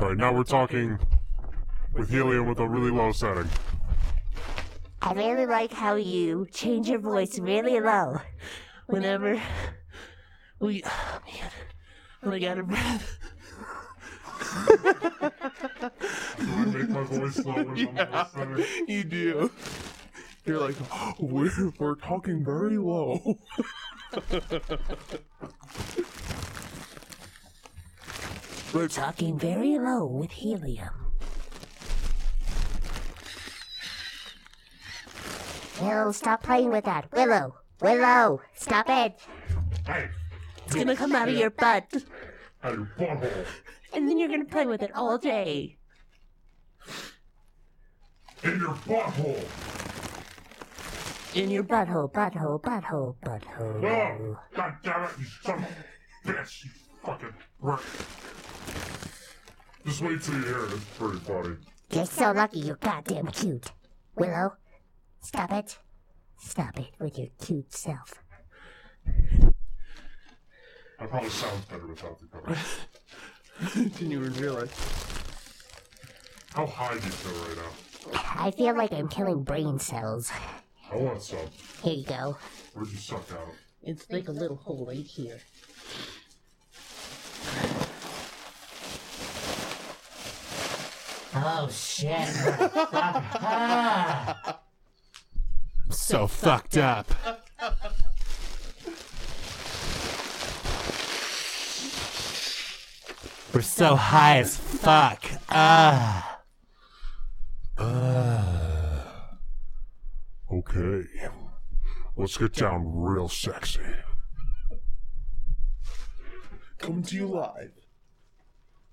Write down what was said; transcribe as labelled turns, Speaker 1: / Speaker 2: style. Speaker 1: All right, now we're talking with helium with a really low setting.
Speaker 2: I really like how you change your voice really low whenever we. Oh, man. I'm like out of breath.
Speaker 1: Do I make my voice low when I'm low setting?
Speaker 3: you do. You're like, we're, we're talking very low.
Speaker 2: We're talking very low with helium. Will, stop playing with that. Willow, Willow, stop it.
Speaker 1: Hey,
Speaker 2: It's gonna come out of your butt.
Speaker 1: out of your butthole.
Speaker 2: And then you're gonna play with it all day.
Speaker 1: In your butthole.
Speaker 2: In your butthole, butthole, butthole, butthole.
Speaker 1: Oh, God damn it, you son of a bitch, you fucking prick. Just wait till you hear it, it's pretty funny.
Speaker 2: You're so lucky you're goddamn cute. Willow, stop it. Stop it with your cute self.
Speaker 1: I probably sound better without the cover.
Speaker 3: Didn't even realize.
Speaker 1: How high do you feel right now?
Speaker 2: I feel like I'm killing brain cells.
Speaker 1: I want some.
Speaker 2: Here you go.
Speaker 1: Where'd you suck out?
Speaker 2: It's like a little hole right here. Oh shit.
Speaker 4: So fucked up. We're so high as fuck. Ah.
Speaker 1: Okay. Let's get down real sexy.
Speaker 3: Come to you live